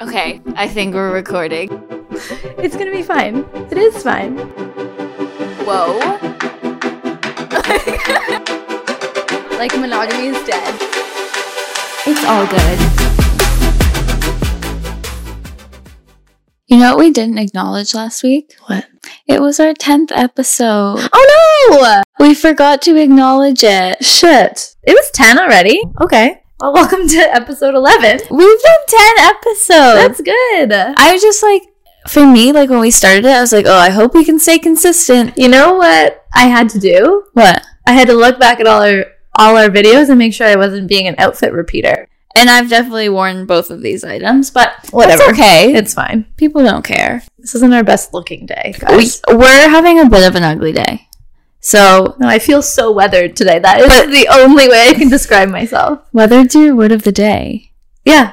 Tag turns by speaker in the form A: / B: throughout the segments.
A: Okay, I think we're recording.
B: It's gonna be fine. It is fine.
A: Whoa.
B: Like monogamy is dead. It's all good.
A: You know what we didn't acknowledge last week?
B: What?
A: It was our 10th episode.
B: Oh
A: We forgot to acknowledge
B: no!
A: it.
B: Shit. It was 10 already. Okay. Well, welcome to episode 11.
A: We've done 10 episodes.
B: That's good.
A: I was just like, for me, like when we started it, I was like, oh, I hope we can stay consistent.
B: You know what I had to do?
A: What?
B: I had to look back at all our all our videos and make sure I wasn't being an outfit repeater.
A: And I've definitely worn both of these items, but
B: Whatever.
A: That's okay.
B: It's fine.
A: People don't care.
B: This isn't our best looking day,
A: We,
B: guys.
A: we're having a bit of an ugly day. So,
B: no, I feel so weathered today. That is
A: But-
B: the only way I can describe myself.
A: weathered your word of the day.
B: Yeah.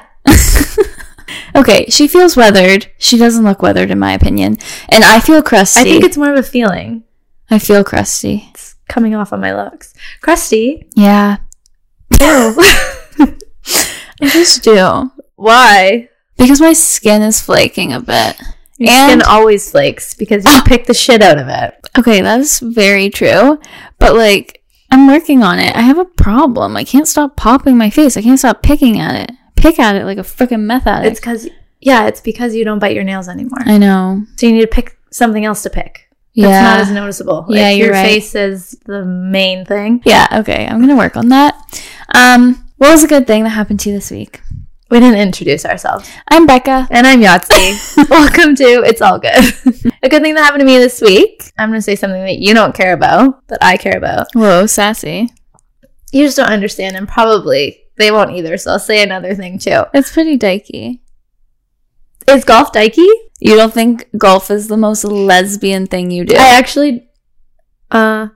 A: Okay, she feels weathered. She doesn't look weathered, in my opinion. And I feel crusty.
B: I think it's more of a feeling.
A: I feel crusty.
B: It's coming off on my looks. Oh. Crusty.
A: Yeah, I just do
B: Why?
A: because my skin is flaking a bit.
B: Your skin
A: And-
B: always flakes because you pick the shit out of it.
A: Okay, that's very true. But like, I'm working on it. I have a problem. I can't stop popping my face. I can't stop picking at it. Pick at it like a freaking meth
B: It's
A: addict.
B: because, yeah, it's because you don't bite your nails anymore.
A: I know.
B: So you need to pick something else to pick.
A: Yeah.
B: It's not as noticeable.
A: Yeah,
B: Like,
A: you're
B: your
A: right.
B: face is the main thing.
A: yeah. Okay, I'm gonna work on that. Um, what was a good thing that happened to you this week?
B: We didn't introduce ourselves.
A: I'm Becca.
B: And I'm Yahtzee. Welcome to It's All Good. a good thing that happened to me this week. I'm going to say something that you don't care about, but I care about.
A: Whoa, sassy.
B: You just don't understand, and probably they won't either. So I'll say another thing too.
A: It's pretty dykey.
B: Is golf dykey?
A: You don't think golf is the most lesbian thing you do?
B: I actually, uh,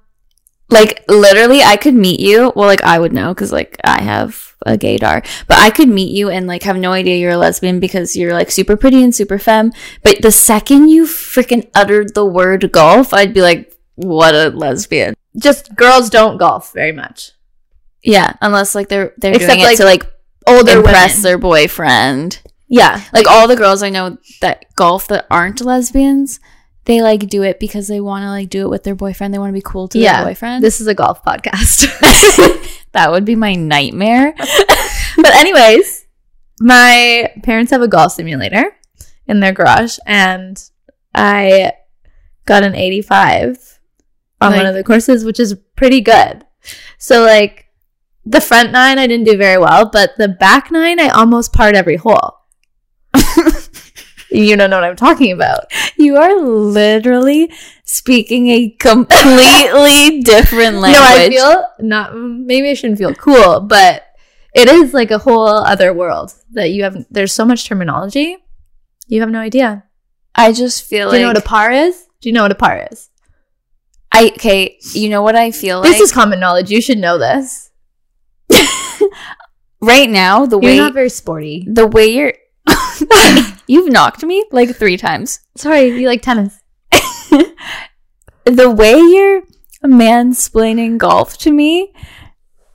A: like literally, I could meet you. Well, like I would know because like I have a gaydar, but I could meet you and like have no idea you're a lesbian because you're like super pretty and super femme. But the second you freaking uttered the word golf, I'd be like, what a lesbian.
B: just girls don't golf very much.
A: Yeah, unless like they're they're
B: Except,
A: doing it
B: like,
A: to like
B: Older
A: impress
B: women.
A: their boyfriend.
B: Yeah,
A: Like all the girls I know that golf that aren't lesbians, they like do it because they want to like do it with their boyfriend. They want to be cool to
B: Yeah,
A: their boyfriend.
B: this is a golf podcast.
A: that would be my nightmare.
B: but anyways, my parents have a golf simulator in their garage, and I got an 85 on one
A: Like-
B: of the courses, which is pretty good. So like. The front nine I didn't do very well, but the back nine I almost parred every hole. You don't know what I'm talking about.
A: you are literally speaking a completely different language.
B: No, I feel not. Maybe I shouldn't feel cool, but it is like a whole other world that you have. There's so much terminology, you have no idea.
A: I just feel
B: Do
A: like
B: you know what a par is? Do you know what a par is?
A: I okay, you know what I feel like
B: this is common knowledge. You should know this.
A: right now the
B: You're
A: way
B: not very sporty.
A: the way you're You've knocked me like 3 times.
B: Sorry, you like tennis.
A: the way you're mansplaining golf to me,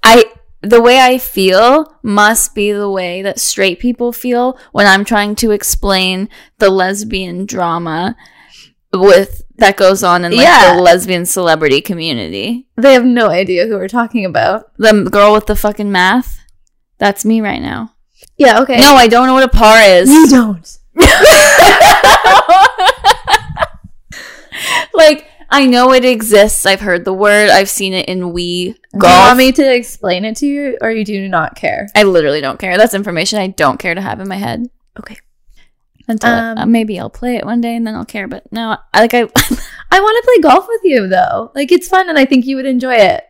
A: I the way I feel must be the way that straight people feel when I'm trying to explain the lesbian drama with that goes on in like
B: Yeah.
A: the lesbian celebrity community.
B: They have no idea who we're talking about.
A: The girl with the fucking math. That's me right now.
B: Yeah. Okay.
A: No, I don't know what a par is.
B: you don't.
A: like I know it exists. I've heard the word. I've seen it in Wii
B: Do you
A: golf.
B: want me to explain it to you, or you do not care?
A: I literally don't care. That's information I don't care to have in my head.
B: Okay.
A: Until
B: Um,
A: uh, maybe I'll play it one day and then I'll care. But no, I like I
B: I want to play golf with you, though. Like it's fun, and I think you would enjoy it.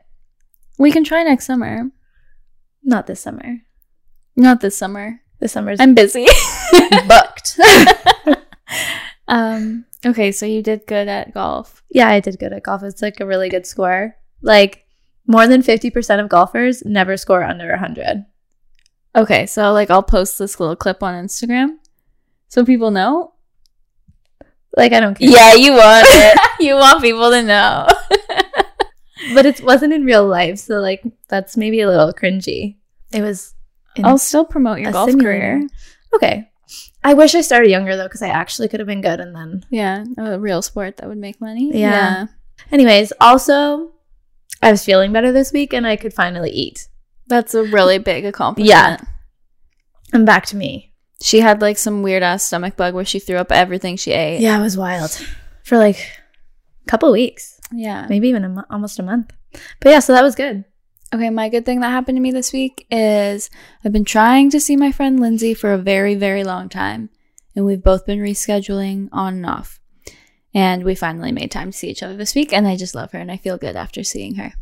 A: we can try next summer.
B: Not this summer.
A: Not this summer.
B: This summer's
A: I'm busy.
B: booked.
A: um. Okay, so you did good at golf.
B: yeah, I did good at golf. It's like a really good score. Like more than 50% of golfers never score under 100.
A: Okay, so like I'll post this little clip on Instagram, so people know.
B: Like I don't care.
A: Yeah, you want it. you want people to know.
B: But it wasn't in real life, so like that's maybe a little cringy. It was in
A: I'll still promote your
B: a
A: golf
B: simulator.
A: career.
B: Okay. I wish I started younger though, because I actually could have been good. And then,
A: Yeah, a real sport that would make money.
B: Yeah. anyways, also, I was feeling better this week, and I could finally eat.
A: That's a really big accomplishment.
B: Yeah. And back to me.
A: She had like some weird ass stomach bug where she threw up everything she ate.
B: Yeah, it was wild for like a couple weeks,
A: Yeah.
B: maybe even a mo- almost a month. But yeah, so that was good.
A: Okay, my good thing that happened to me this week is I've been trying to see my friend Lindsay for a very, very long time, and we've both been rescheduling on and off. And we finally made time to see each other this week, and I just love her, and I feel good after seeing her.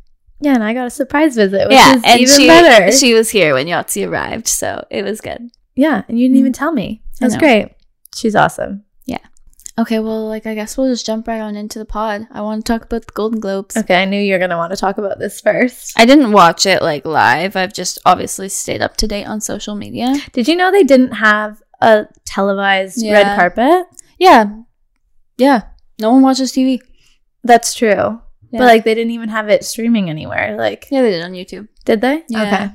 B: Yeah, and I got a surprise visit, which is
A: and
B: even
A: she,
B: better.
A: she was here when Yahtzee arrived, so it was good.
B: yeah, and you didn't
A: Mhm.
B: even tell me.
A: I
B: That's
A: know.
B: great. She's awesome.
A: Okay, well, like I guess we'll just jump right on into the pod. I want to talk about the Golden Globes.
B: Okay, I knew you were gonna want to talk about this first.
A: I didn't watch it like live. I've just obviously stayed up to date on social media.
B: Did you know they didn't have a televised red
A: Yeah.
B: carpet?
A: Yeah. Yeah. No one watches TV.
B: That's true.
A: Yeah.
B: But like they didn't even have it streaming anywhere. Like
A: Yeah, they did on YouTube.
B: did they?
A: Yeah.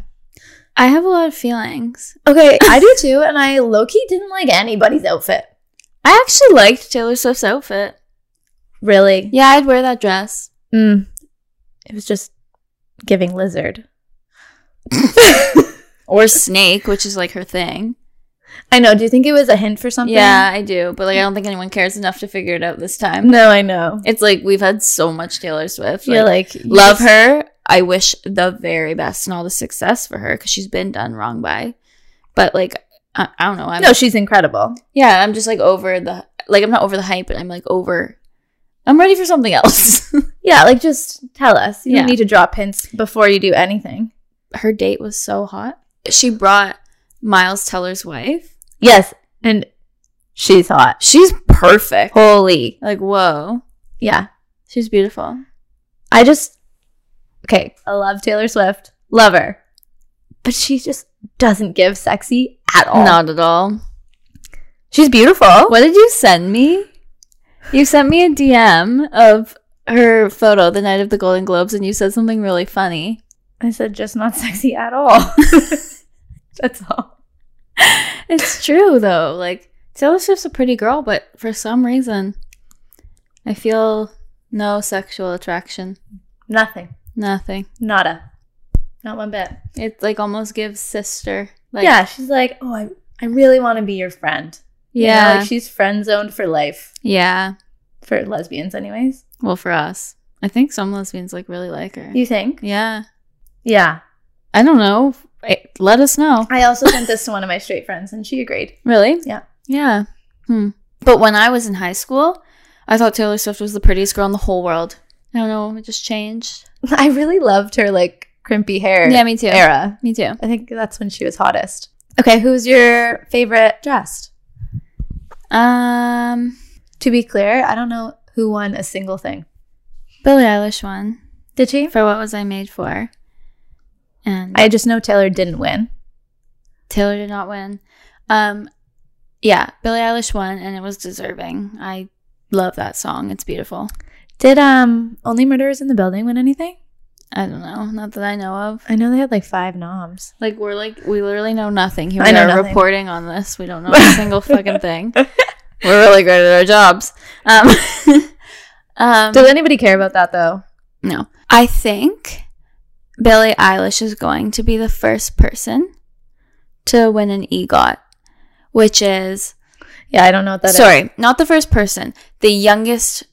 A: I have a lot of feelings.
B: Okay. Okay, I do too, and I low key didn't like anybody's outfit.
A: I actually liked Taylor Swift's outfit.
B: Really?
A: Yeah, I'd wear that dress.
B: Mm. It was just giving lizard.
A: Or snake, which is like her thing.
B: I know. Do you think it was a hint for something?
A: Yeah, I do. But like I don't think anyone cares enough to figure it out this time.
B: No, I know.
A: It's like we've had so much Taylor Swift.
B: You're
A: Like,
B: like you
A: love
B: just-
A: her. I wish the very best and all the success for her because she's been done wrong by. But like I, I don't know. I'm
B: No, she's incredible.
A: yeah, I'm just like over the like I'm not over the hype, but I'm like over I'm ready for something else.
B: Yeah, like just tell us. You
A: Yeah.
B: don't need to drop hints before you do anything.
A: her date was so hot. She brought Miles Teller's wife.
B: Yes, and she's hot.
A: She's perfect.
B: Holy.
A: Like, whoa.
B: Yeah.
A: She's beautiful.
B: I just Okay, I love Taylor Swift. Love her. But she just doesn't give sexy at all.
A: Not at all.
B: She's beautiful.
A: What did you send me? You sent me a DM of her photo the night of the Golden Globes and you said something really funny.
B: I said just not sexy at all. That's all.
A: It's true though. Like Taylor Swift's a pretty girl, but for some reason I feel no sexual attraction.
B: Nothing.
A: Nothing.
B: Nada. Not one bit.
A: It like almost gives sister like
B: yeah, she's like, "Oh, I I really want to be your friend." You know,
A: Yeah.
B: like she's friend zoned for life
A: yeah.
B: for lesbians anyways.
A: Well, for us, I think some lesbians like really like her.
B: You think?
A: Yeah,
B: Yeah.
A: I don't know. Eh, Let us know.
B: I also sent this to one of my straight friends and she agreed.
A: Really?
B: Yeah.
A: Yeah. Hmm. But when I was in high school, I thought Taylor Swift was the prettiest girl in the whole world. I don't know. It just changed.
B: I really loved her like crimpy hair
A: Yeah, me too.
B: era.
A: Me too.
B: I think that's when she was hottest. Okay, who's your favorite dressed?
A: Um,
B: To be clear, I don't know who won a single thing.
A: Billie Eilish won
B: Did she?
A: for "What Was I Made For," and
B: I just know Taylor didn't win.
A: Taylor did not win. Um, yeah, Billie Eilish won, and it was deserving. I love that song. It's beautiful.
B: Did um Only Murders in the Building win anything?
A: I don't know. Not that I know of.
B: I know they had like five noms.
A: Like we're like we literally know nothing. Here
B: I
A: we
B: know
A: are
B: nothing.
A: reporting on this. We don't know a single fucking thing. We're really great at our jobs. Um, um,
B: Does anybody care about that though?
A: no, I think Billie Eilish is going to be the first person to win an EGOT, which is
B: Yeah, I don't know what that is.
A: sorry, not the first person, the youngest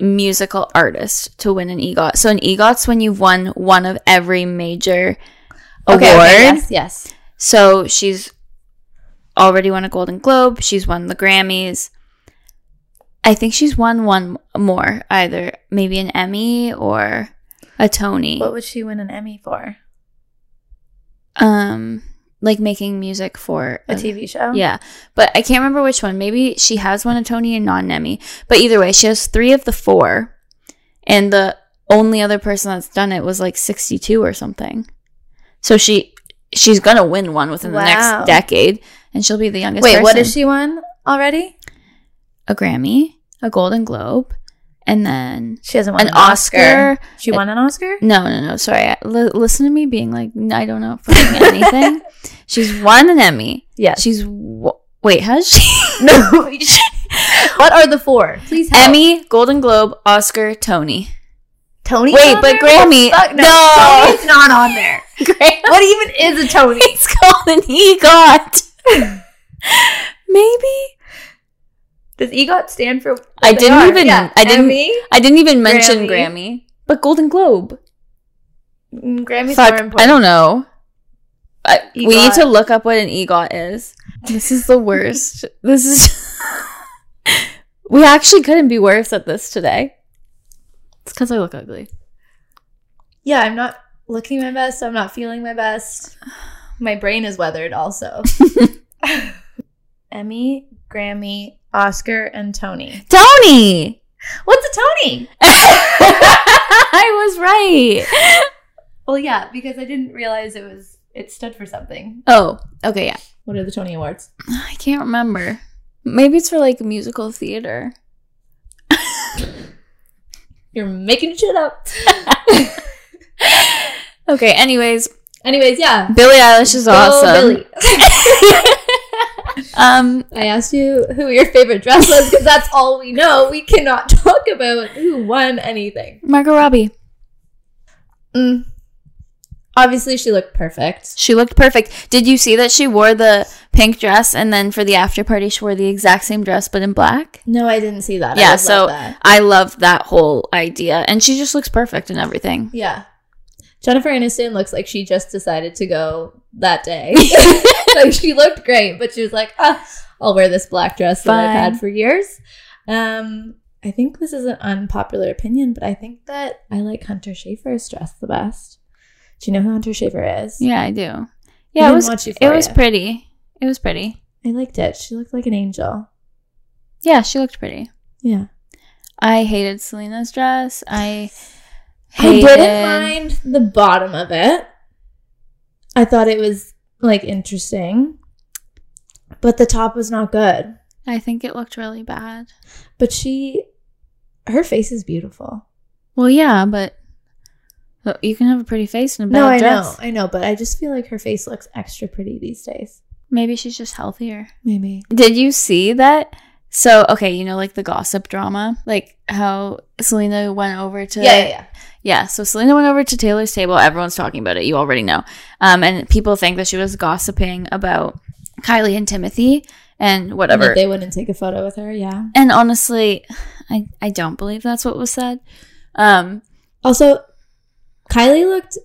A: musical artist to win an EGOT. So an EGOT's when you've won one of every major award.
B: Okay, okay, yes, yes.
A: So she's already won a Golden Globe. She's won the Grammys. I think she's won one more, either maybe an Emmy or a Tony.
B: What would she win an Emmy for?
A: Um, like making music for
B: A TV show?
A: Yeah, but I can't remember which one. Maybe she has won a Tony and not an Emmy. But either way, she has three of the four, and the only other person that's done it was like sixty-two or something. So she she's gonna win one within the
B: Wow.
A: next decade, and she'll be the youngest.
B: Wait, what
A: person.
B: has she won already?
A: A Grammy, a Golden Globe, and then
B: She hasn't won
A: an Oscar.
B: She won an Oscar?
A: No, no, no. Sorry. I- li- listen to me being like, "N- I don't know fucking anything. she's won an Emmy.
B: Yes.
A: She's w- Wait, has she?
B: No. what are the four? Please help.
A: Emmy, Golden Globe, Oscar, Tony.
B: Tony.
A: Wait,
B: on
A: but
B: there?
A: Grammy-
B: Fuck no.
A: no.
B: Tony's not on there.
A: Great.
B: What even is a Tony?
A: He's called an EGOT. Maybe
B: Does EGOT stand for?
A: I didn't even- I didn't-
B: Emmy?
A: I didn't even mention
B: Grammy.
A: Grammy, but Golden Globe.
B: Mm, Grammys
A: Fuck,
B: are important.
A: I don't know. I, we need
B: EGOT.
A: to look up what an EGOT is. This is the worst. this is. we actually couldn't be worse at this today. It's because I look ugly.
B: Yeah, I'm not looking my best. I'm not feeling my best. My brain is weathered. Also, Emmy, Grammy, Oscar, and Tony.
A: Tony!
B: What's a Tony?
A: I was right.
B: Well, yeah, because I didn't realize it was it stood for something.
A: Oh, okay, yeah.
B: What are the Tony Awards?
A: I can't remember. Maybe it's for like musical theater.
B: You're making shit up.
A: Okay, anyways,
B: Anyways, yeah.
A: Billie Eilish is
B: Go
A: awesome.
B: Billie.
A: um,
B: I asked you who your favorite dress was because that's all we know. We cannot talk about who won anything.
A: Margot Robbie.
B: Mm. Obviously, she looked perfect.
A: She looked perfect. Did you see that she wore the pink dress and then for the after party she wore the exact same dress but in black?
B: No, I didn't see that. I
A: Yeah,
B: would love
A: so-
B: that.
A: I love that whole idea and she just looks perfect in everything.
B: yeah, Jennifer Aniston looks like she just decided to go that day. like she looked great, but she was like, ah, "I'll wear this black dress that I've
A: Fine.
B: had for years." Um, I think this is an unpopular opinion, but I think that I like Hunter Schafer's dress the best. Do you know who Hunter Schafer is?
A: Yeah, I do.
B: We
A: Yeah, it
B: didn't
A: was
B: watch
A: it was
B: Euphoria.
A: pretty. It was pretty.
B: I liked it. She looked like an angel.
A: Yeah, she looked pretty.
B: Yeah.
A: I hated Selena's dress. I
B: I
A: hated
B: didn't mind the bottom of it. I thought it was like interesting. But the top was not good.
A: I think it looked really bad.
B: But she her face is beautiful.
A: Well, yeah, but but you can have a pretty face and a bad
B: no, I
A: dress.
B: know. I know, but I just feel like her face looks extra pretty these days.
A: Maybe she's just healthier.
B: Maybe.
A: Did you see that? So, okay, you know, like the gossip drama, like how Selena went over to.
B: yeah.
A: Yeah, so Selena went over to Taylor's table. Everyone's talking about it. You already know. Um, and people think that she was gossiping about Kylie and Timothy and
B: And
A: whatever.
B: that they wouldn't take a photo with her, yeah.
A: and honestly, I, I don't believe that's what was said. Um,
B: Also, Kylie looked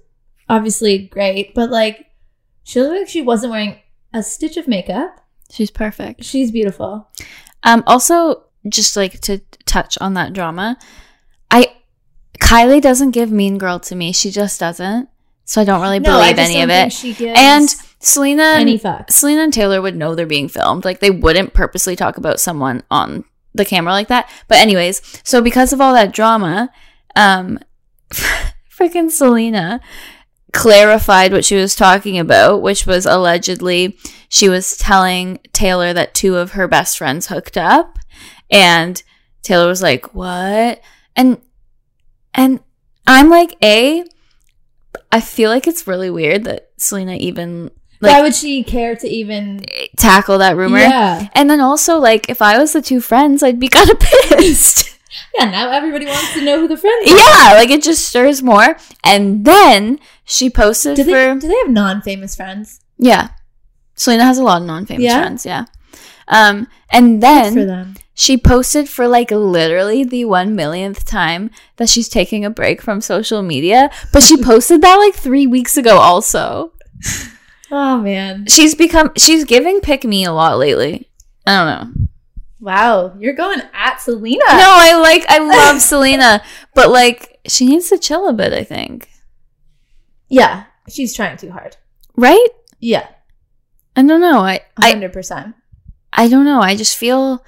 B: obviously great, but like she looked like she wasn't wearing a stitch of makeup.
A: she's perfect.
B: She's beautiful.
A: Um, also, just like to touch on that drama, I Kylie doesn't give Mean Girl to me. She just doesn't. So I don't really believe any of it.
B: She gives
A: And Selena,
B: any thoughts?
A: Selena and Taylor would know they're being filmed. Like they wouldn't purposely talk about someone on the camera like that. But anyways, so because of all that drama, um, freaking Selena clarified what she was talking about, which was allegedly she was telling Taylor that two of her best friends hooked up, and Taylor was like, "What?" and and I'm like, a. I feel like it's really weird that Selena even
B: Why
A: like-
B: would she care to even
A: tackle that rumor.
B: Yeah,
A: And then also, like, if I was the two friends, I'd be kind of pissed.
B: yeah. Now everybody wants to know who the friend is.
A: yeah, like it just stirs more. And then she posted
B: Do they
A: for
B: do they have non-famous friends?
A: yeah. Selena has a lot of non-famous
B: Yeah?
A: friends. Yeah. Um, and
B: Good for
A: then
B: them.
A: she posted for like literally the one millionth time that she's taking a break from social media, but she posted that like three weeks ago. Also,
B: Oh man!
A: she's become she's giving pick me a lot lately. I don't know.
B: Wow, you're going at Selena.
A: No, I like I love Selena, but like she needs to chill a bit, I think.
B: Yeah, she's trying too hard.
A: Right?
B: Yeah,
A: I don't know. I I,
B: hundred percent. Uh-huh.
A: I don't know. I just feel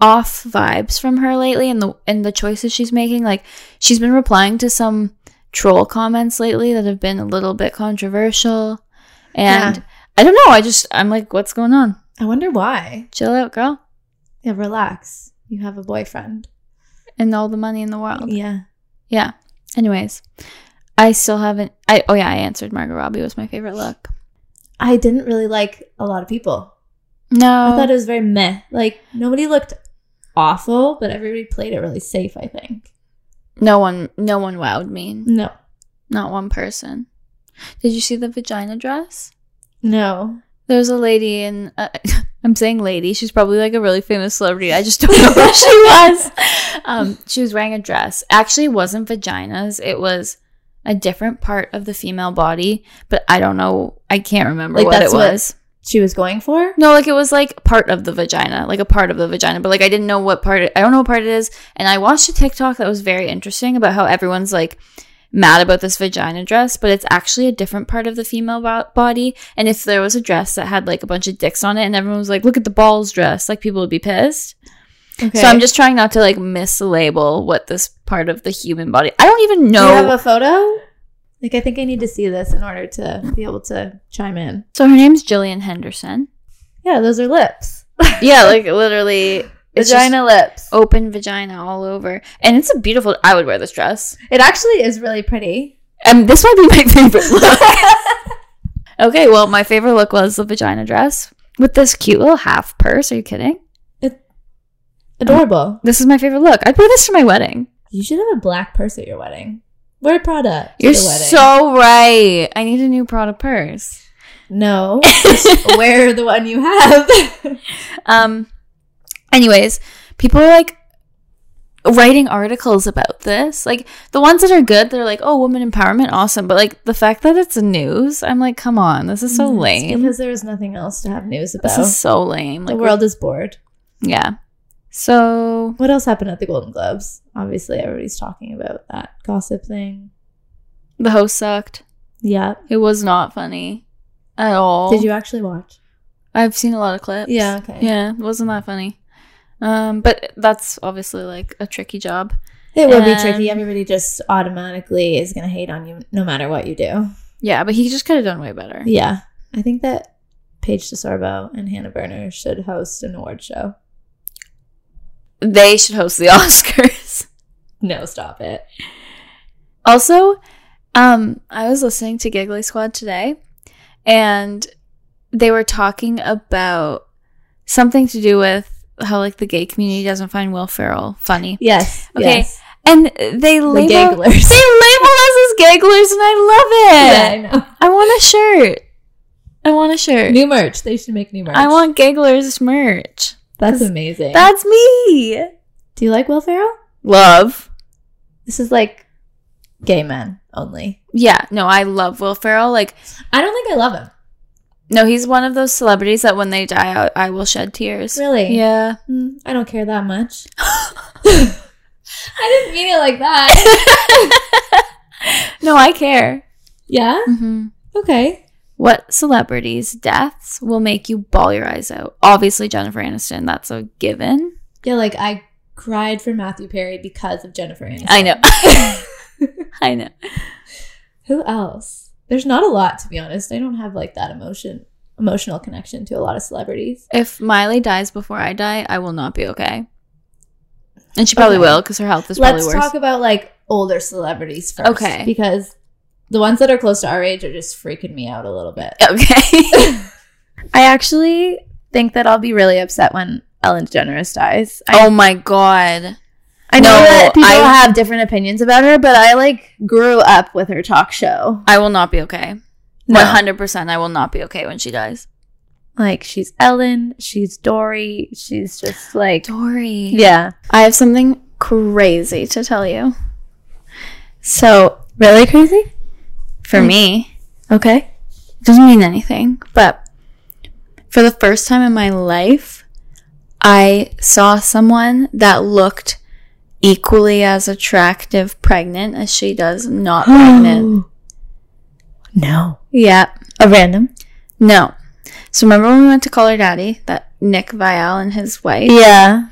A: off vibes from her lately and the and the choices she's making. Like she's been replying to some troll comments lately that have been a little bit controversial. And
B: Yeah.
A: I don't know. I just I'm like, what's going on?
B: I wonder why.
A: Chill out, girl.
B: Yeah, relax. You have a boyfriend.
A: And all the money in the world.
B: Yeah.
A: Yeah. Anyways. I still haven't I oh yeah, I answered Margot Robbie was my favorite look.
B: I didn't really like a lot of people.
A: No.
B: I thought it was very meh. Like nobody looked awful, but everybody played it really safe. I think.
A: no one no one wowed me.
B: No,
A: Not one person. Did you see the vagina dress?
B: no.
A: There's a lady in. Uh, I'm saying lady. She's probably like a really famous celebrity. I just don't know who she was. Um, she was wearing a dress. Actually, it wasn't vaginas. It was a different part of the female body. But I don't know. I can't remember
B: Like,
A: what it
B: that's what-
A: was.
B: She was going for.
A: No, like it was like part of the vagina, like a part of the vagina, but like I didn't know what part. It, I don't know what part it is. And I watched a TikTok that was very interesting about how everyone's like mad about this vagina dress, but it's actually a different part of the female bo- body. And if there was a dress that had like a bunch of dicks on it, and everyone was like, "Look at the balls dress," like people would be pissed.
B: Okay.
A: So I'm just trying not to like mislabel what this part of the human body. I don't even
B: Do
A: know.
B: you have a photo? Like I think I need to see this in order to be able to chime in.
A: so her name's Jillian Henderson.
B: Yeah, those are lips.
A: yeah, like literally. It's just- Oh.
B: Vagina lips.
A: open vagina all over. And it's a beautiful I would wear this dress.
B: It actually is really pretty.
A: And this might be my favorite look. okay, well my favorite look was the vagina dress with this cute little half purse. Are you kidding?
B: Adorable.
A: This is my favorite look. I'd wear this to my wedding.
B: You should have a black purse at your wedding. Wear Prada. to
A: You're
B: the wedding.
A: so right. I need a new Prada purse.
B: no. just wear the one you have.
A: Um anyways, people are like writing articles about this. Like the ones that are good, they're like, "Oh, woman empowerment, awesome." But like the fact that it's news, I'm like, "Come on, this is so
B: Mm, It's
A: lame."
B: because there was nothing else to have news about.
A: This is so lame. Like
B: the world is bored.
A: Yeah. So
B: What else happened at the Golden Globes? Obviously, everybody's talking about that gossip thing.
A: the host sucked.
B: Yeah.
A: It was not funny at all.
B: Did you actually watch?
A: I've seen a lot of clips.
B: Yeah. Okay.
A: Yeah. It wasn't that funny. Um, but that's obviously like a tricky job.
B: It would be
A: And-
B: tricky. Everybody just automatically is going to hate on you no matter what you do.
A: Yeah, but he just could have done way better.
B: Yeah. I think that Paige DeSorbo and Hannah Berner should host an award show.
A: They should host the Oscars.
B: No, stop it.
A: Also, um, I was listening to Giggly Squad today, and they were talking about something to do with how like the gay community doesn't find Will Ferrell funny.
B: Yes.
A: Okay.
B: yes.
A: And they
B: The
A: label
B: gigglers.
A: They label us as gagglers, and I love it.
B: yeah,
A: I want a shirt. I want a
B: I
A: shirt.
B: know. New merch. They should make new merch.
A: I want gagglers merch.
B: That's amazing.
A: That's me.
B: do you like Will Ferrell?
A: Love.
B: This is like gay men only.
A: Yeah, no, I love Will Ferrell. Like,
B: I don't think I love him.
A: no, he's one of those celebrities that when they die, I, I will shed tears.
B: Really?
A: Yeah.
B: Mm, I don't care that much. I didn't mean it like that.
A: No, I care.
B: yeah.
A: hmm
B: Okay.
A: What celebrities' deaths will make you ball your eyes out? Obviously, Jennifer Aniston. That's a given.
B: Yeah, like I cried for Matthew Perry because of Jennifer Aniston.
A: I know. I know.
B: Who else? There's not a lot to be honest. I don't have like that emotion emotional connection to a lot of celebrities.
A: If Miley dies before I die, I will not be okay. And she probably
B: Okay.
A: will because her health is
B: Let's
A: probably worse.
B: talk about like older celebrities first.
A: Okay.
B: Because the ones that are close to our age are just freaking me out a little bit.
A: okay.
B: I actually think that I'll be really upset when Ellen DeGeneres dies. I,
A: oh my god.
B: I Oh, know
A: no,
B: that people
A: I-
B: have different opinions about her, but I like grew up with her talk show.
A: I will not be okay.
B: No.
A: One hundred percent. I will not be okay when she dies.
B: Like she's Ellen, she's Dory, she's just like
A: Dory.
B: yeah.
A: I have something crazy to tell you. So mm.
B: Really crazy?
A: for me,
B: Okay.
A: it doesn't mean anything, but for the first time in my life, I saw someone that looked equally as attractive pregnant as she does not pregnant.
B: No.
A: yeah.
B: A random.
A: No. So remember when we went to call her daddy, that Nick Vial and his wife?
B: Yeah.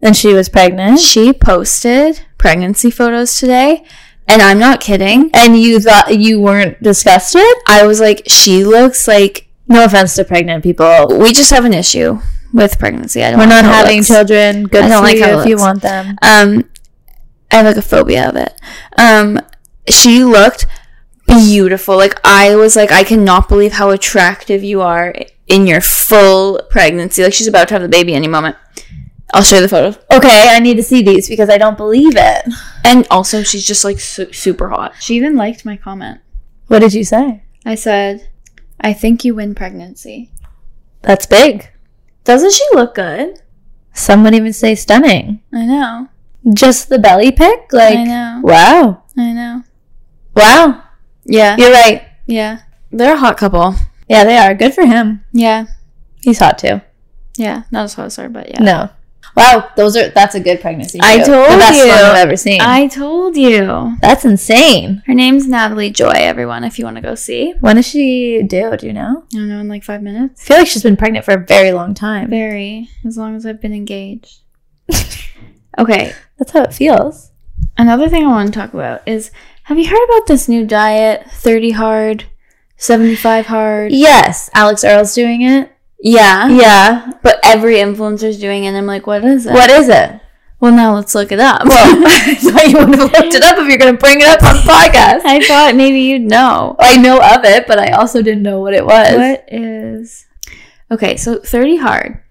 B: And she was pregnant.
A: She posted pregnancy photos today, and I'm not kidding.
B: And you thought you weren't disgusted?
A: I was like, she looks like
B: No offense to pregnant people.
A: we just have an issue with pregnancy. I don't
B: We're
A: like
B: not
A: how it
B: having
A: looks.
B: children. Good
A: I don't
B: for
A: like
B: you
A: how it
B: if you
A: looks.
B: want them.
A: Um, I have like a phobia of it. Um, she looked beautiful. Like I was like, I cannot believe how attractive you are in your full pregnancy. Like she's about to have the baby any moment. I'll show you the photos.
B: Okay, I need to see these because I don't believe it.
A: And also, she's just like su- super hot. She even liked my comment.
B: What did you say?
A: I said, I think you win pregnancy.
B: That's big.
A: Doesn't she look good?
B: Some would even say stunning.
A: I know.
B: Just the belly pic?
A: I
B: Like,
A: know.
B: wow.
A: I know.
B: Wow.
A: Yeah.
B: You're right.
A: Yeah. They're a hot couple.
B: Yeah, they are. Good for him.
A: Yeah.
B: He's hot too.
A: Yeah. Not as hot as her, but yeah.
B: No. Wow, those are that's a good pregnancy.
A: I
B: shoot.
A: told
B: the best
A: you.
B: one I've ever seen.
A: I told you.
B: that's insane.
A: Her name's Natalie Joy, everyone, if you want to go see. I
B: When does she do? Do you know?
A: don't know, in like five minutes.
B: I feel like she's been pregnant for a very long time.
A: Very, as long as I've been engaged. okay,
B: That's how it feels.
A: another thing I want to talk about is have you heard about this new diet 30 hard, 75 hard?
B: Yes, Alex Earl's doing it. Uh-huh.
A: Yeah,
B: Yeah.
A: but every influencer's doing it, and I'm like, what is it?
B: What is it?
A: Well, now let's look it up.
B: Well, I thought you would have looked it up if you're going to bring it up on the podcast.
A: I thought maybe you'd know.
B: I know of it, but I also didn't know what it was.
A: What is. Okay, so 30 hard.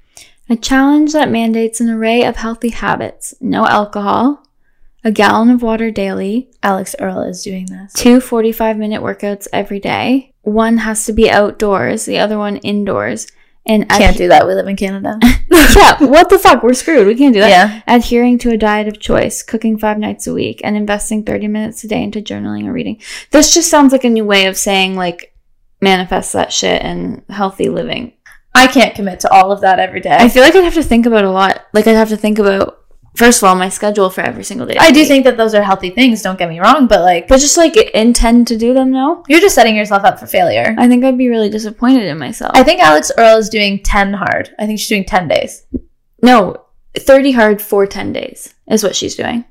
A: A challenge that mandates an array of healthy habits no alcohol, a gallon of water daily,
B: Alex Earl is doing this.
A: two 45 minute workouts every day. One has to be outdoors, the other one indoors. And
B: Can't do that. We live in Canada.
A: yeah, what the fuck? We're screwed. We can't do that.
B: yeah.
A: Adhering to a diet of choice, cooking five nights a week, and investing 30 minutes a day into journaling or reading. This just sounds like a new way of saying, like, manifest that shit and healthy living.
B: I can't commit to all of that every day.
A: I feel like I'd have to think about a lot. Like, I'd have to think about, first of all, my schedule for every single day. of
B: I
A: the
B: do
A: week.
B: think that those are healthy things, don't get me wrong, but like
A: But just like intend to do them now,
B: you're just setting yourself up for failure.
A: I think I'd be really disappointed in myself.
B: I think Alex Earl is doing 10 hard. I think she's doing 10 days.
A: No, 30 hard for 10 days is what she's doing.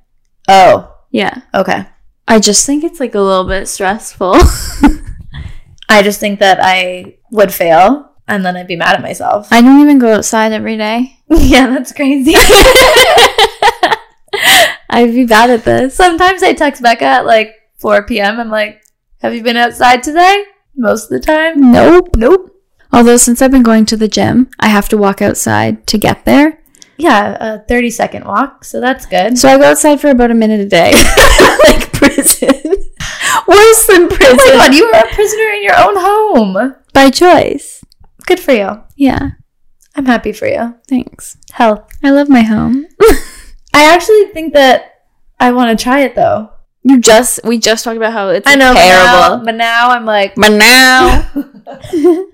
B: Oh,
A: Yeah.
B: okay.
A: I just think it's like a little bit stressful.
B: I just think that I would fail and then I'd be mad at myself.
A: I don't even go outside every day.
B: yeah, that's crazy.
A: I'd be bad at this.
B: Sometimes I text Becca at like 4 p.m. I'm like, have you been outside today? Most of the time.
A: Nope.
B: Nope.
A: Although, since I've been going to the gym, I have to walk outside to get there.
B: Yeah, a 30 second walk. So that's good.
A: So I go outside for about a minute a day. like prison. Worse than
B: Oh my
A: prison.
B: God, you were a prisoner in your own home.
A: By choice.
B: Good for you.
A: Yeah.
B: I'm happy for you.
A: Thanks.
B: Hell.
A: I love my home.
B: I actually think that I want to try it though.
A: You just, we just talked about how it's
B: I know.
A: terrible.
B: But now, but now I'm like,
A: But now,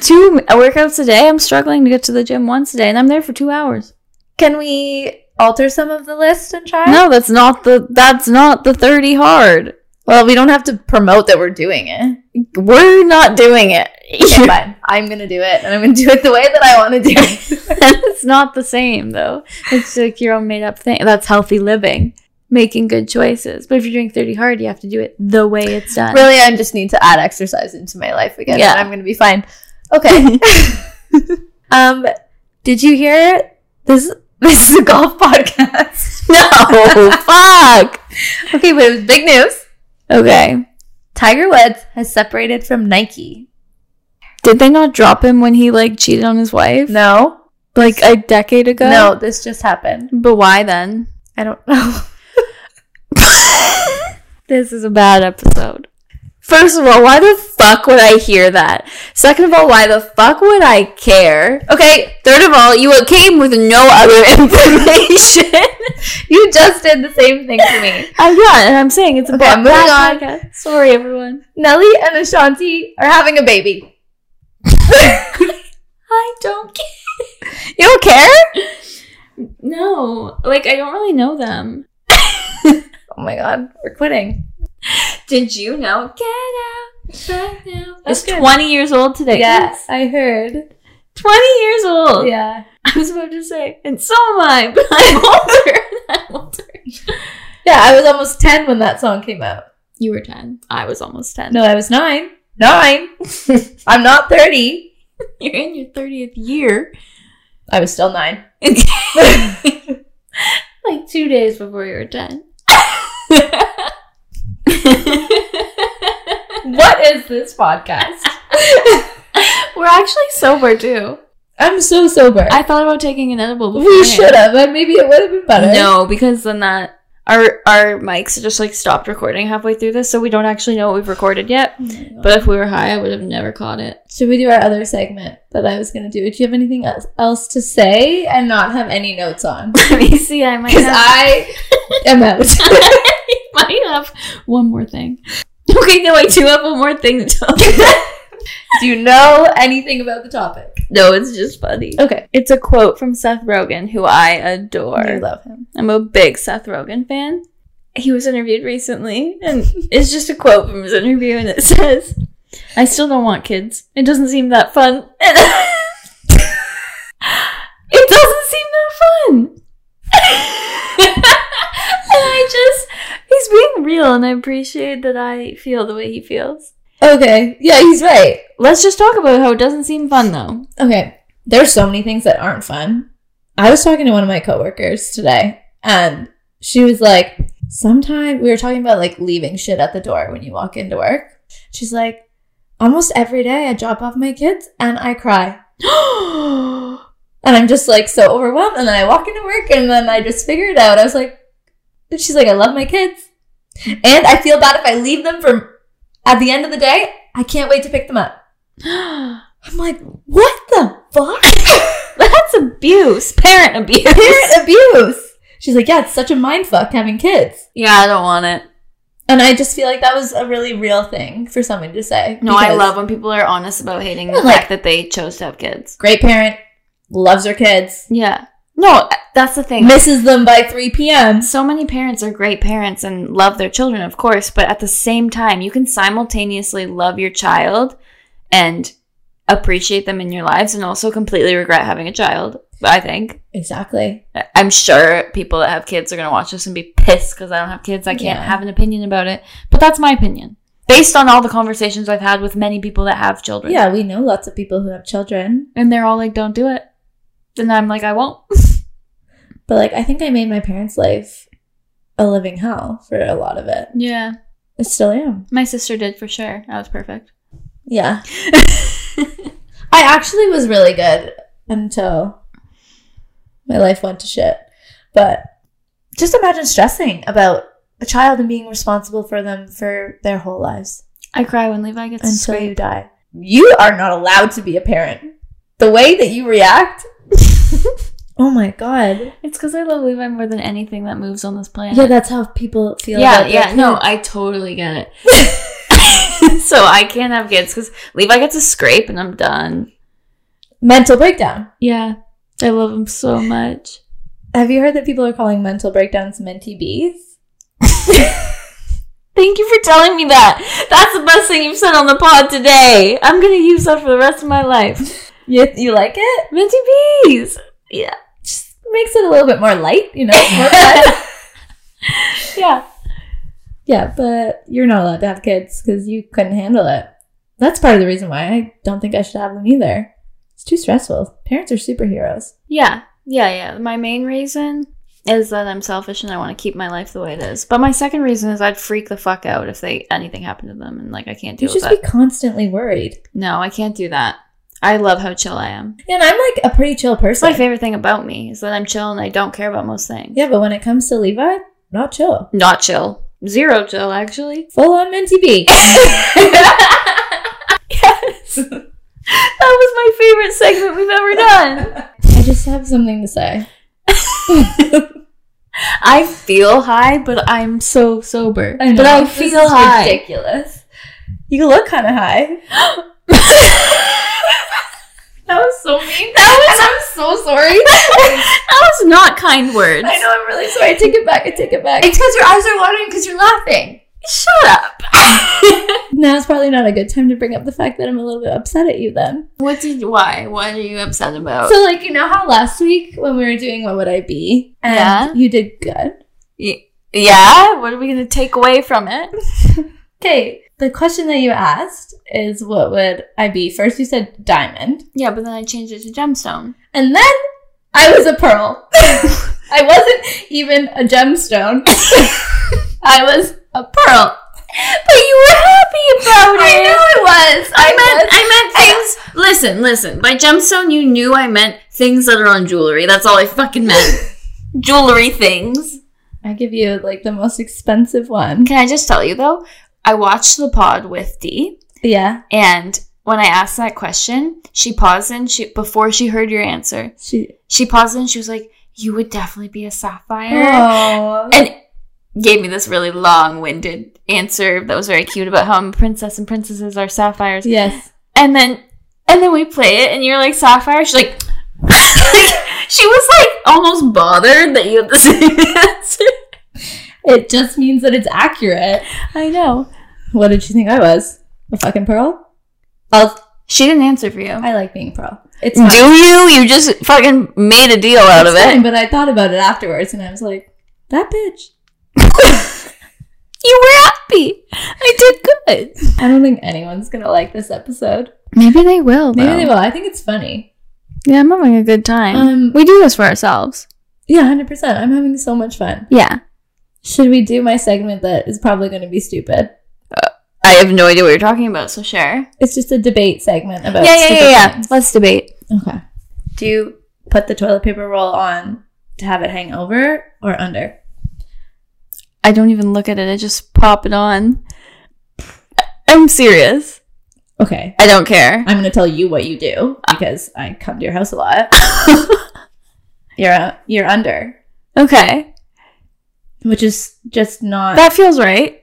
A: two workouts a day. I'm struggling to get to the gym once a day, and I'm there for two hours.
B: can we alter some of the list and try?
A: No, that's not the that's not the thirty hard.
B: Well, we don't have to promote that we're doing it.
A: We're not doing it.
B: Okay, fine. I'm going to do it and I'm going to do it the way that I want to do it.
A: it's not the same though. It's like your own made up thing. That's healthy living, making good choices. But if you're doing thirty hard, you have to do it the way it's done.
B: really, I just need to add exercise into my life again
A: Yeah.
B: and I'm going to be fine. Okay. um, did you hear this? This is a golf podcast.
A: No, fuck.
B: okay, but it was big news.
A: Okay.
B: Tiger Woods has separated from Nike.
A: Did they not drop him when he like cheated on his wife?
B: No.
A: Like a decade ago?
B: No, this just happened.
A: But why then?
B: I don't know.
A: This is a bad episode. First of all, why the fuck would I hear that? Second of all, why the fuck would I care?
B: Okay,
A: Third of all, you came with no other information.
B: you just did the same thing to me.
A: I'm yeah, and I'm saying it's a
B: Okay,
A: bad
B: moving on.
A: podcast. Sorry, everyone.
B: Nelly and Ashanti are having a baby.
A: I don't care.
B: You don't care?
A: No, like I don't really know them.
B: Oh my god, we're quitting.
A: Did you know? Get out right now. It's
B: Okay.
A: 20 years old today.
B: Yes, I heard.
A: 20 years old.
B: Yeah.
A: I was about to say, and so am I, but I'm older. I'm older.
B: Yeah, I was almost 10 when that song came out.
A: You were 10. I was almost 10.
B: No, I was 9. 9. I'm not 30.
A: You're in your 30th year.
B: I was still 9.
A: like two days before you were 10.
B: What is this podcast?
A: We're actually sober too.
B: I'm so sober.
A: I thought about taking an edible.
B: we
A: beforehand.
B: should have, and maybe it would have been better.
A: No, because then that our our mics just like stopped recording halfway through this, so we don't actually know what we've recorded yet.
B: But
A: But if we were high, I would have never caught it.
B: should we do our other segment that I was going to do? Do you have anything else, else to say and not have any notes on?
A: Let me see. I might
B: Because
A: have,
B: I am out.
A: I might have one more thing. Okay, no, I do have one more thing to tell.
B: Do you know anything about the topic?
A: no, it's just funny.
B: Okay.
A: It's a quote from Seth Rogen, who I adore.
B: You love him.
A: I'm a big Seth Rogen fan. He was interviewed recently, and it's just a quote from his interview, and it says, I still don't want kids. It doesn't seem that fun. it doesn't seem that fun. and I just, he's being real, and I appreciate that I feel the way he feels.
B: Okay. Yeah, he's right.
A: Let's just talk about how it doesn't seem fun, though.
B: Okay. There's so many things that aren't fun. I was talking to one of my coworkers today and she was like, sometimes we were talking about like leaving shit at the door when you walk into work. She's like, almost every day I drop off my kids and I cry. and I'm just like so overwhelmed. And then I walk into work and then I just figure it out. I was like, and she's like, I love my kids. And I feel bad if I leave them for at the end of the day. I can't wait to pick them up. I'm like, what the fuck?
A: That's abuse. Parent abuse.
B: Parent abuse. She's like, yeah, it's such a mind fuck having kids.
A: yeah, I don't want it.
B: And I just feel like that was a really real thing for someone to say.
A: No, I
B: because
A: love when people are honest about hating
B: Yeah,
A: the
B: like-
A: fact that they chose to have kids.
B: great parent, loves her kids,
A: Yeah. No, that's the thing.
B: misses them by 3 p.m.
A: so many parents are great parents and love their children, of course, but at the same time, you can simultaneously love your child and appreciate them in your lives and also completely regret having a child, I think.
B: Exactly.
A: I- I'm sure people that have kids are going to watch this and be pissed because I don't have kids. I can't
B: Yeah.
A: have an opinion about it. But that's my opinion. Based on all the conversations I've had with many people that have children.
B: Yeah, we know lots of people who have children,
A: And they're all like, don't do it. And I'm like, I won't.
B: but like I think I made my parents' life a living hell for a lot of it.
A: Yeah.
B: I still am.
A: My sister did for sure. That was perfect.
B: Yeah. I actually was really good until my life went to shit. But just imagine stressing about a child and being responsible for them for their whole lives
A: I cry when Levi gets
B: until
A: scraped.
B: you die. You are not allowed to be a parent. The way that you react. oh my god.
A: It's because I love Levi more than anything that moves on this planet.
B: Yeah, that's how people feel.
A: yeah,
B: about their
A: yeah, no,
B: kids.
A: I totally get it. so I can't have kids because Levi gets a scrape and I'm done.
B: Mental breakdown.
A: Yeah, I love him so much.
B: Have you heard that people are calling mental breakdowns mentee bees?
A: Thank you for telling me that. That's the best thing you've said on the pod today. I'm gonna use that for the rest of my life.
B: You, you like it?
A: Minty bees. Yeah.
B: just makes it a little bit more light, you know. more fun.
A: Yeah.
B: yeah, but you're not allowed to have kids because you couldn't handle it. That's part of the reason why I don't think I should have them either. It's too stressful. Parents are superheroes.
A: Yeah. Yeah, yeah. My main reason is that I'm selfish and I want to keep my life the way it is. But my second reason is I'd freak the fuck out if they anything happened to them and like I can't
B: You
A: deal with
B: just
A: that.
B: be constantly worried.
A: no, I can't do that. I love how chill I am.
B: And I'm like a pretty chill
A: It's my
B: person.
A: favorite thing about me is that I'm chill and I don't care about most things.
B: Yeah, but when it comes to Levi, not chill.
A: Not chill. Zero chill actually.
B: Full on mentee bee.
A: yes. That was my favorite segment we've ever done.
B: I just have something to say.
A: I feel high, but I'm so sober.
B: I know,
A: But I
B: this is
A: feel high.
B: Ridiculous. You look kind of high. That was so mean. That was. I'm so sorry.
A: that was not kind words.
B: I know, I'm really sorry. I take it back. I take it back.
A: It's
B: because your eyes are watering because you're laughing.
A: Shut up.
B: Now it's probably not a good time to bring up the fact that I'm a little bit upset at you then.
A: what did? Why? What are you upset about?
B: So, like, you know how last week when we were doing What Would I Be? And
A: Yeah.
B: you did good.
A: Y- yeah. What are we gonna take away from it?
B: Okay. The question that you asked is What would I be? First, you said diamond.
A: Yeah, but then I changed it to gemstone.
B: And then I was a pearl. I wasn't even a gemstone, I was a pearl.
A: But you were happy about
B: I
A: it.
B: know it was.
A: I
B: was.
A: meant I meant things. listen, listen. By gemstone, you knew I meant things that are on jewelry. That's all I fucking meant. jewelry things.
B: I give you like the most expensive one.
A: Can I just tell you though? I watched the pod with Dee,
B: Yeah,
A: and when I asked that question, she paused and she before she heard your answer,
B: she.
A: she paused and she was like, "You would definitely be a sapphire."
B: Oh,
A: and gave me this really long-winded answer that was very cute about how I'm a princess and princesses are sapphires.
B: yes.
A: And then and then we play it and you're like sapphire. She's like she was like almost bothered that you had the same answer.
B: It just means that it's accurate.
A: I know.
B: What did you think I was? A fucking pearl? Well,
A: She didn't answer for you.
B: I like being pearl. It's
A: Do
B: fine.
A: you? You just fucking made a deal out of
B: It's fine,
A: it.
B: but I thought about it afterwards, and I was like, that bitch.
A: You were happy. I did good.
B: I don't think anyone's gonna like this episode.
A: Maybe they will.
B: Maybe they will. I think it's funny.
A: Yeah, I'm having a good time.
B: Um,
A: we do this for ourselves.
B: yeah, hundred percent. I'm having so much fun.
A: Yeah.
B: Should we do my segment that is probably gonna be stupid?
A: I have no idea what you're talking about, so share.
B: It's just a debate segment about
A: yeah, yeah,
B: stupid
A: yeah, yeah.
B: things.
A: Let's debate.
B: Okay. Do you put the toilet paper roll on to have it hang over or under?
A: I don't even look at it. I just pop it on. I'm serious.
B: Okay.
A: I don't care.
B: I'm gonna tell you what you do because I come to your house a lot. You're uh, you're under,
A: okay.
B: which is just not.
A: That feels right.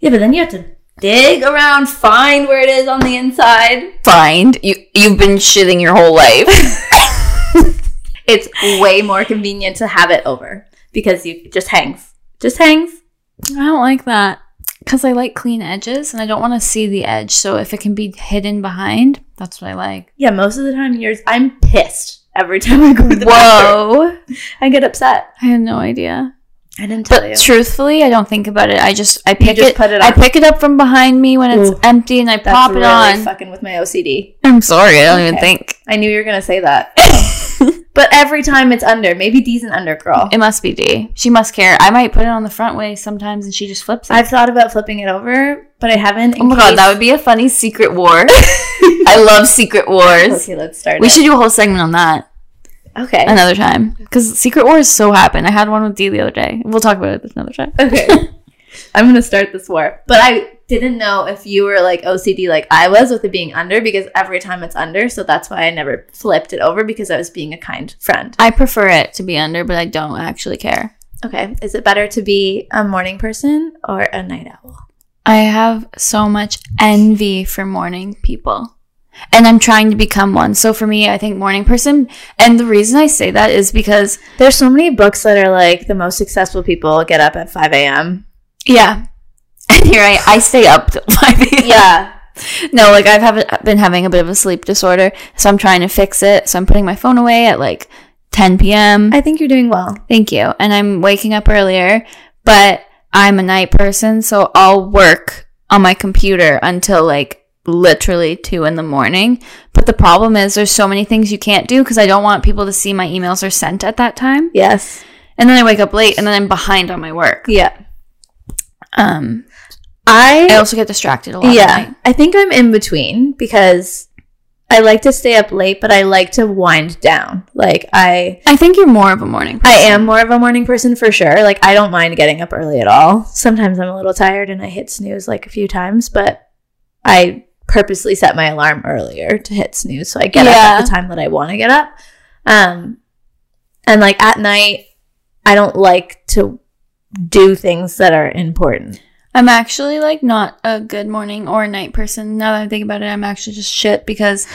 B: yeah, but then you have to dig around, find where it is on the inside.
A: Find you you've been shitting your whole life.
B: It's way more convenient to have it over because you it just hangs, just hangs.
A: I don't like that cuz I like clean edges and I don't want to see the edge. So if it can be hidden behind, that's what I like.
B: Yeah, most of the time yours. I'm pissed every time I go to the bathroom.
A: Whoa.
B: I get upset.
A: I had no idea.
B: I didn't tell
A: But
B: you.
A: truthfully, I don't think about it. I just I pick
B: just
A: it,
B: put it
A: I
B: on.
A: pick it up from behind me when it's
B: Ooh.
A: empty and I
B: That's
A: pop
B: really
A: it on.
B: fucking with my OCD.
A: I'm sorry. I don't even
B: Okay.
A: think.
B: I knew you were gonna say that. but every time it's under, maybe D's an under girl.
A: It must be D. She must care. I might put it on the front way sometimes and she just flips it.
B: I've thought about flipping it over, but I haven't. in
A: oh my
B: case-
A: god, that would be a funny secret war. I love secret wars.
B: Okay, let's start.
A: We
B: it.
A: should do a whole segment on that
B: Okay.
A: another time. Because secret wars so happen. I had one with D the other day. We'll talk about it another time.
B: Okay. I'm gonna start this war, but I didn't know if you were like OCD like I was with it being under because every time it's under, so that's why I never flipped it over because I was being a kind friend.
A: I prefer it to be under, but I don't actually care.
B: Okay. Is it better to be a morning person or a night owl?
A: I have so much envy for morning people. And I'm trying to become one. So for me, I think morning person. And the reason I say that is because,
B: There's so many books that are like the most successful people get up at 5 a.m.
A: yeah. And here I, I stay up till 5 a.m.
B: Yeah.
A: No, like I've have, been having a bit of a sleep disorder, so I'm trying to fix it. So I'm putting my phone away at like 10 p.m.
B: I think you're doing well.
A: Thank you. And I'm waking up earlier, but I'm a night person, so I'll work on my computer until like literally 2 in the morning. But the problem is there's so many things you can't do because I don't want people to see my emails are sent at that time.
B: Yes.
A: And then I wake up late and then I'm behind on my work.
B: Yeah.
A: Um I
B: I
A: also get distracted a lot. at
B: yeah.
A: night.
B: I think I'm in between because I like to stay up late, but I like to wind down. Like I
A: I think you're more of a morning
B: I am more of a morning person for sure. Like I don't mind getting up early at all. Sometimes I'm a little tired and I hit snooze like a few times, but I purposely set my alarm earlier to hit snooze so I get up
A: Yeah.
B: at the time that I want to get up. Um and like at night I don't like to do things that are important.
A: I'm actually like not a good morning or night person. Now that I think about it, I'm actually just shit because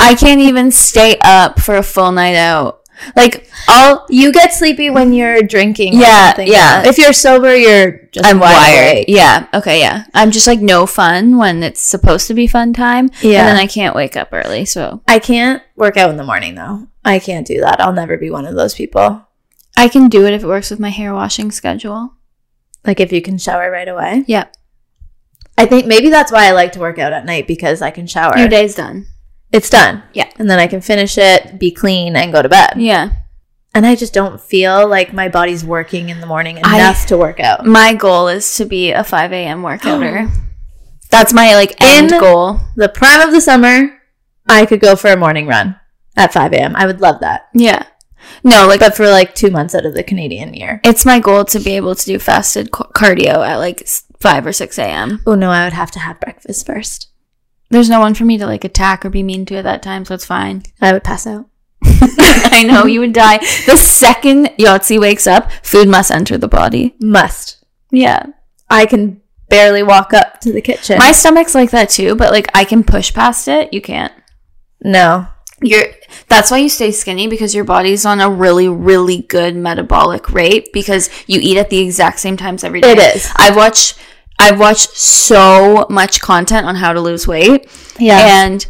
A: I can't even stay up for a full night out. Like I'll
B: You get sleepy when you're drinking. or
A: Yeah,
B: something.
A: yeah.
B: If you're sober, you're just
A: I'm
B: wide
A: wired.
B: awake.
A: Yeah. Okay, yeah. I'm just like no fun when it's supposed to be fun time.
B: Yeah.
A: And then I can't wake up early. So
B: I can't work out in the morning though. I can't do that. I'll never be one of those people.
A: I can do it if it works with my hair washing schedule.
B: Like if you can shower right away.
A: Yeah.
B: I think maybe that's why I like to work out at night because I can shower.
A: Your day's done.
B: It's done.
A: Yeah.
B: And then I can finish it, be clean, and go to bed.
A: Yeah.
B: and I just don't feel like my body's working in the morning
A: I-
B: enough to work out.
A: My goal is to be a 5 a.m. workouter. That's my like end
B: In-
A: goal.
B: The prime of the summer, I could go for a morning run at 5 a.m. I would love that.
A: Yeah. No, like
B: But for like two months out of the Canadian year.
A: it's my goal to be able to do fasted ca- cardio at like s- 5 or 6 a.m.
B: Oh no, I would have to have breakfast first.
A: There's no one for me to like attack or be mean to at that time, so it's fine.
B: I would pass out.
A: I know you would die the second Yahtzee wakes up. Food must enter the body.
B: Must.
A: Yeah,
B: I can barely walk up to the kitchen.
A: my stomach's like that too, but like I can push past it. You can't.
B: no.
A: You're. That's why you stay skinny because your body's on a really, really good metabolic rate because you eat at the exact same times every day.
B: It is.
A: I watch. I've watched so much content on how to lose weight.
B: Yeah.
A: And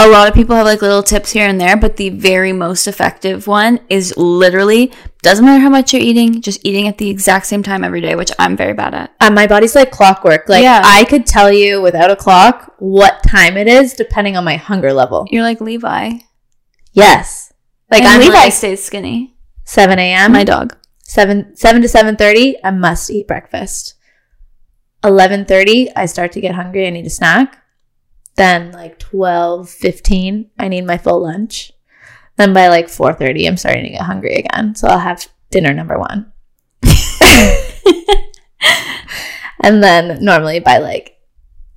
A: a lot of people have like little tips here and there, but the very most effective one is literally doesn't matter how much you're eating, just eating at the exact same time every day, which I'm very bad at.
B: And uh, my body's like clockwork. Like
A: Yeah.
B: I could tell you without a clock what time it is depending on my hunger level.
A: You're like Levi.
B: Yes. Like
A: Like
B: I'm
A: I'm Levi
B: like
A: stays skinny.
B: 7 a.m.
A: My dog.
B: seven seven to seven thirty, I must eat breakfast. Eleven thirty, I start to get hungry. I need a snack. Then like twelve fifteen, I need my full lunch. Then by like four thirty, I'm starting to get hungry again. So I'll have dinner number one. and then normally by like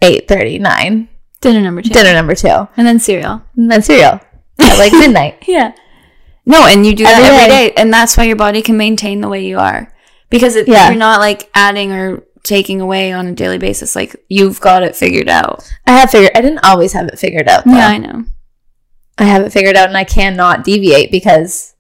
B: eight thirty nine,
A: Dinner number two.
B: dinner number two,
A: And then cereal.
B: and then cereal at like midnight.
A: Yeah. No, and you do that
B: Every
A: every
B: day.
A: day. And that's why your body can maintain the way you are. Because it,
B: Yeah.
A: you're not like adding or taking away on a daily basis. Like you've got it figured out.
B: I have figured. I didn't always have it figured out. though.
A: Yeah, I know.
B: I have it figured out and I cannot deviate because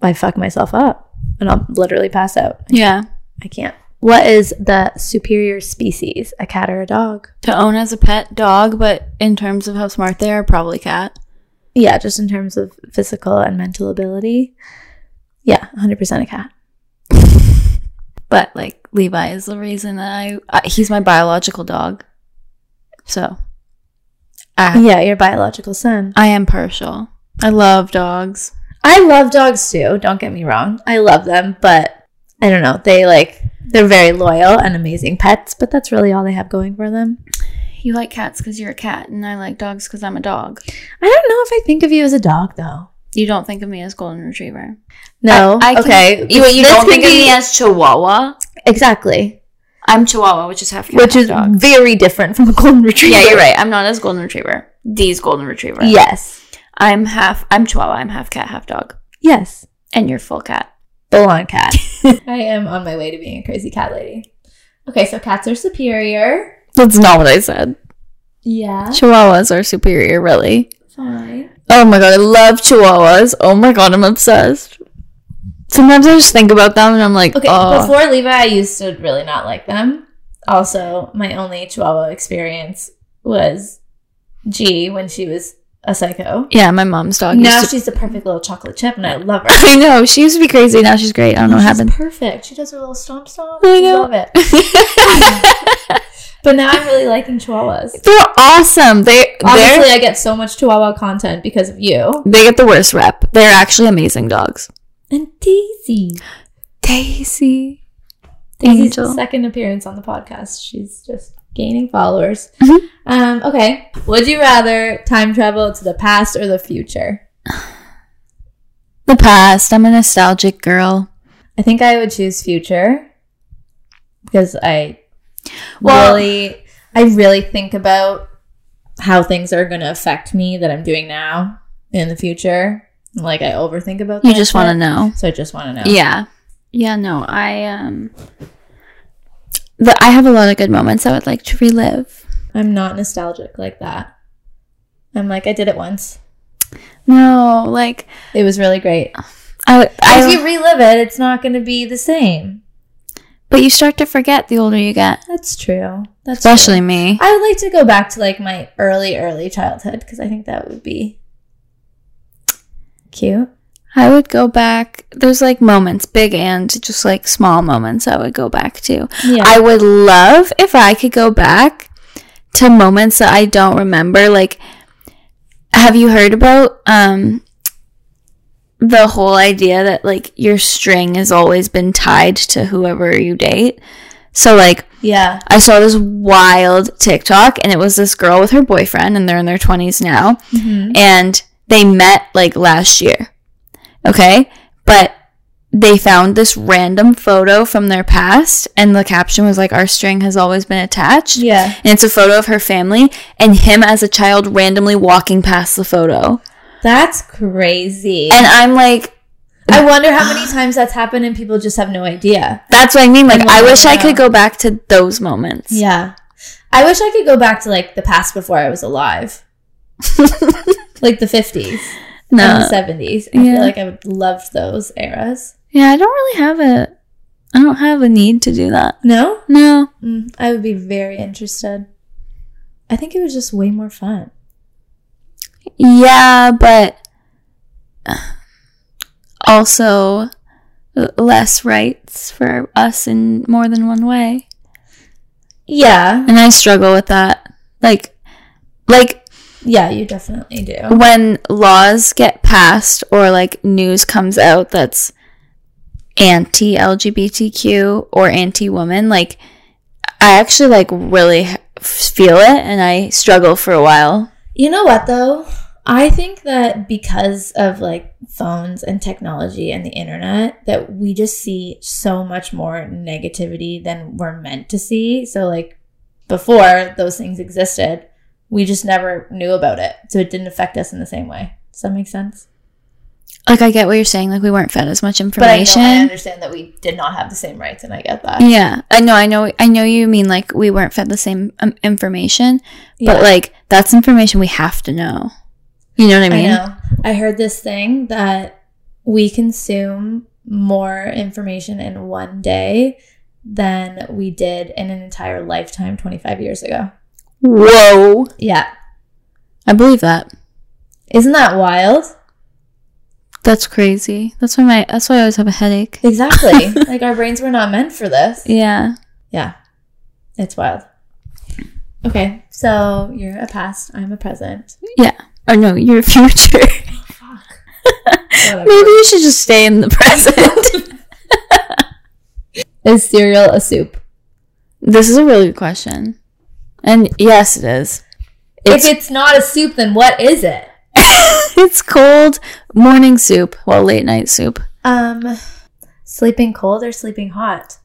B: I fuck myself up and I'll literally pass out.
A: Yeah.
B: I can't. What is the superior species, a cat or a dog?
A: To own as a pet dog, but in terms of how smart they are, probably cat.
B: Yeah, just in terms of physical and mental ability. Yeah, 100% a cat.
A: But like Levi is the reason that I, I he's my biological dog. So I,
B: Yeah, your biological son.
A: I am partial. I love dogs.
B: I love dogs too, don't get me wrong. I love them, but I don't know. They like, they're very loyal and amazing pets, but that's really all they have going for them.
A: You like cats because you're a cat, and I like dogs because I'm a dog.
B: I don't know if I think of you as a dog though.
A: You don't think of me as golden retriever.
B: No.
A: I can-
B: okay.
A: You,
B: This
A: don't
B: can
A: think of
B: be-
A: me as chihuahua.
B: Exactly.
A: I'm chihuahua, which is half cat,
B: Which
A: half
B: is
A: dog.
B: very different from a golden retriever.
A: Yeah, you're right. I'm not as golden retriever. D's golden retriever.
B: Yes.
A: I'm half. I'm chihuahua. I'm half cat, half dog,
B: Yes.
A: and you're full cat.
B: Full on cat. I am on my way to being a crazy cat lady. Okay, so cats are superior.
A: That's not what I said.
B: Yeah.
A: Chihuahuas are superior, really.
B: Fine.
A: Oh my god, I love chihuahuas. Oh my god, I'm obsessed. Sometimes I just think about them and I'm like,
B: Okay,
A: oh.
B: before Levi, I used to really not like them. Also, my only Chihuahua experience was G when she was a psycho.
A: yeah, my mom's dog.
B: Now
A: used to-
B: she's the perfect little chocolate chip, and I love her.
A: I know she used to be crazy. Now she's great. I don't know what
B: She's
A: happened.
B: Perfect. She does her little stomp stomp.
A: I
B: I
A: know.
B: love it. But now I'm really liking Chihuahuas.
A: they're awesome. They
B: Honestly,
A: they
B: I get so much Chihuahua content because of you
A: they get the worst rep. They're actually amazing dogs.
B: and Daisy.
A: Daisy,
B: Daisy's
A: Angel.
B: second appearance on the podcast. She's just gaining followers.
A: Mhm.
B: Um, okay. Would you rather time travel to the past or the future?
A: the past. I'm a nostalgic girl.
B: I think I would choose future because I
A: Well-
B: really, I really think about how things are going to affect me that I'm doing now in the future. Like I overthink about.
A: You
B: that
A: just want to
B: shit.
A: know.
B: So I just want to know.
A: Yeah. Yeah, no, I um the, I have a lot of good moments I would like to relive.
B: I'm not nostalgic like that. I'm like, I did it once.
A: No, like
B: It was really great.
A: I
B: if
A: I
B: you relive it, it's not going to be the same.
A: but you start to forget the older you get,
B: That's true. That's
A: especially
B: true.
A: me.
B: I would like to go back to like my early, early childhood because I think that would be cute.
A: I would go back. There's like moments, big and just like small moments I would go back to.
B: Yeah.
A: I would love if I could go back to moments that I don't remember. Like, have you heard about um, the whole idea that like your string has always been tied to whoever you date. So like
B: Yeah.
A: I saw this wild TikTok and it was this girl with her boyfriend and they're in their 20s now
B: Mm-hmm.
A: and they met like last year. Okay? But they found this random photo from their past and the caption was like our string has always been attached.
B: Yeah.
A: And it's a photo of her family and him as a child randomly walking past the photo.
B: That's crazy.
A: And I'm like
B: I wonder how many times that's happened and people just have no idea.
A: That's what I mean. Like,
B: I
A: I
B: love
A: wish I
B: that.
A: could go back to those moments.
B: Yeah. I wish I could go back to like the past before I was alive. like the 50s and
A: No.
B: the 70s. I
A: Yeah.
B: feel like I would loved those eras.
A: Yeah, I don't really have a. I don't have a need to do that.
B: No?
A: No.
B: Mm, I would be very interested. I think it was just way more fun.
A: Yeah, but also l- less rights for us in more than one way,
B: Yeah.
A: and I struggle with that. Like, like
B: Yeah, you definitely do.
A: when laws get passed or like news comes out that's anti LGBTQ or anti woman, like I actually like really h- feel it and I struggle for a while.
B: You know what though? I think that because of like phones and technology and the internet that we just see so much more negativity than we're meant to see. So like before those things existed, we just never knew about it. So it didn't affect us in the same way. Does that make sense?
A: Like I get what you're saying, like we weren't fed as much
B: But I, know,
A: information.
B: I understand that we did not have the same rights and I get that.
A: yeah, I know, I know, I know you mean like we weren't fed the same um, information,
B: Yeah.
A: but like that's information we have to know. You know what I mean?
B: I know. I heard this thing that we consume more information in one day than we did in an entire lifetime 25 years ago.
A: Whoa,
B: Yeah.
A: I believe that.
B: Isn't that wild?
A: That's crazy. That's why my that's why I always have a headache.
B: Exactly. like our brains were not meant for this.
A: Yeah.
B: Yeah. It's wild. Okay. So you're a past, I'm a present.
A: Or no, your future. Maybe
B: Whatever.
A: you should just stay in the present.
B: Is cereal a soup?
A: this is a really good question. And yes, it is. It's,
B: if it's not a soup, then what is it?
A: it's cold morning soup. Well, late night soup.
B: Um, sleeping cold or sleeping hot?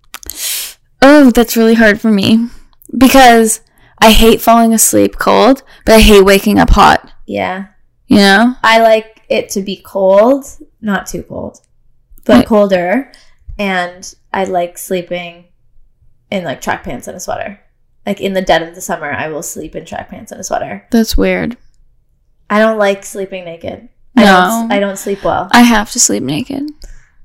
A: Oh, that's really hard for me because I hate falling asleep cold, but I hate waking up hot.
B: Yeah.
A: You know?
B: I like it to be cold, not too cold, but
A: Right.
B: colder. And I like sleeping in like track pants and a sweater. Like in the dead of the summer, I will sleep in track pants and a sweater.
A: That's weird.
B: I don't like sleeping naked. I
A: No,
B: don't, I don't sleep well.
A: I have to sleep naked.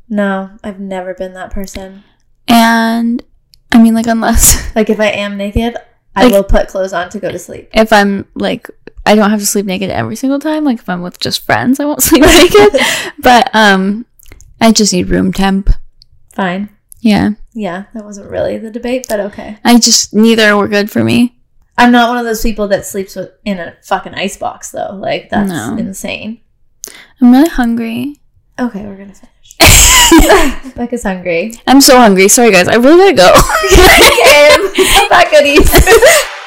B: No, I've never been that person.
A: And I mean, like, unless
B: Like if I am naked, I
A: Like-
B: will put clothes on to go to sleep.
A: if I'm like I don't have to sleep naked every single time. Like if I'm with just friends, I won't sleep naked. But um I just need room temp.
B: Fine.
A: Yeah.
B: Yeah, that wasn't really the debate, but okay.
A: I just neither were good for me.
B: I'm not one of those people that sleeps with, in a fucking icebox, though. Like, that's
A: No.
B: insane.
A: I'm really hungry.
B: Okay, we're gonna finish. Becca's hungry.
A: I'm so hungry. Sorry guys. I really gotta go.
B: Back at ease.